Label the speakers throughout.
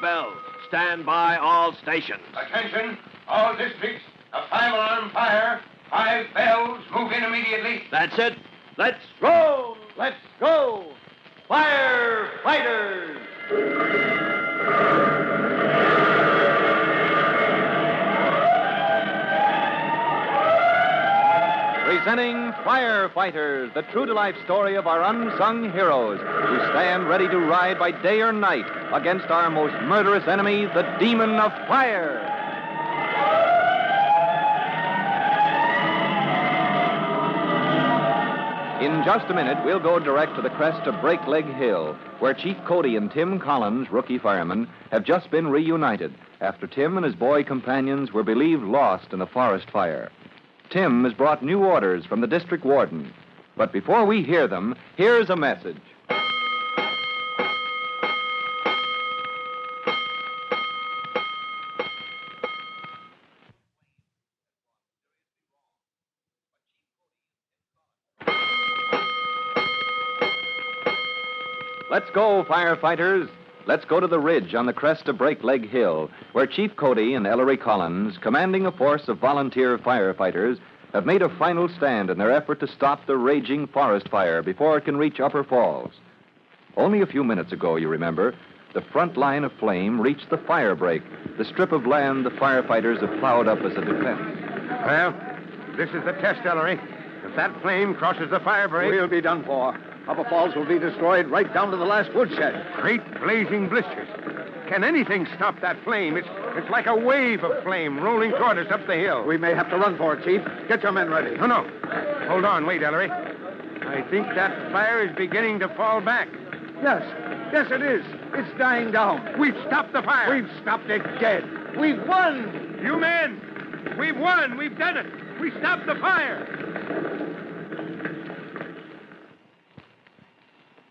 Speaker 1: bell. Stand by all stations.
Speaker 2: Attention, all districts. A five alarm fire. Five bells. Move in immediately.
Speaker 1: That's it. Let's roll. Let's go. Firefighters.
Speaker 3: Presenting Firefighters, the true to life story of our unsung heroes who stand ready to ride by day or night against our most murderous enemy, the demon of fire. In just a minute, we'll go direct to the crest of Breakleg Hill, where Chief Cody and Tim Collins, rookie fireman, have just been reunited after Tim and his boy companions were believed lost in a forest fire. Tim has brought new orders from the district warden. But before we hear them, here's a message. Let's go, firefighters. Let's go to the ridge on the crest of Breakleg Hill, where Chief Cody and Ellery Collins, commanding a force of volunteer firefighters, have made a final stand in their effort to stop the raging forest fire before it can reach Upper Falls. Only a few minutes ago, you remember, the front line of flame reached the firebreak, the strip of land the firefighters have plowed up as a defense.
Speaker 4: Well, this is the test, Ellery. If that flame crosses the fire break. We'll be done for. Upper Falls will be destroyed right down to the last woodshed. Great blazing blisters. Can anything stop that flame? It's, it's like a wave of flame rolling toward us up the hill. We may have to run for it, Chief. Get your men ready. No, no. Hold on. Wait, Ellery. I think that fire is beginning to fall back. Yes. Yes, it is. It's dying down. We've stopped the fire. We've stopped it dead. We've won. You men, we've won. We've done it. We stopped the fire.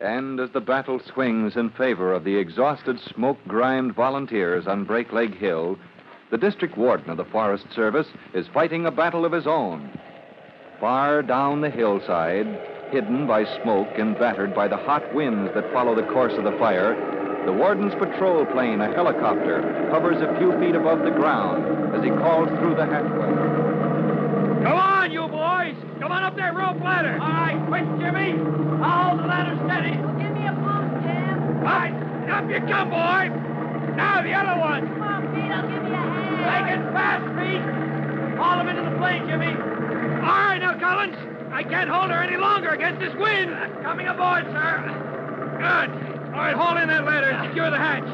Speaker 3: And as the battle swings in favor of the exhausted, smoke grimed volunteers on Breakleg Hill, the district warden of the Forest Service is fighting a battle of his own. Far down the hillside, hidden by smoke and battered by the hot winds that follow the course of the fire, the warden's patrol plane, a helicopter, hovers a few feet above the ground as he calls through the hatchway.
Speaker 1: Come on, you boys. Come on up there, rope ladder. All right, quick, Jimmy. I'll hold the ladder steady.
Speaker 5: Well, give me a bump, Tim.
Speaker 1: All right, up you come, boy. Now the other one.
Speaker 5: Come on, Pete, I'll give you a hand.
Speaker 1: Make it fast, Pete. Haul him into the plane, Jimmy. All right, now, Collins. I can't hold her any longer against this wind. Coming aboard, sir. Good. All right, haul in that ladder and secure the hatch.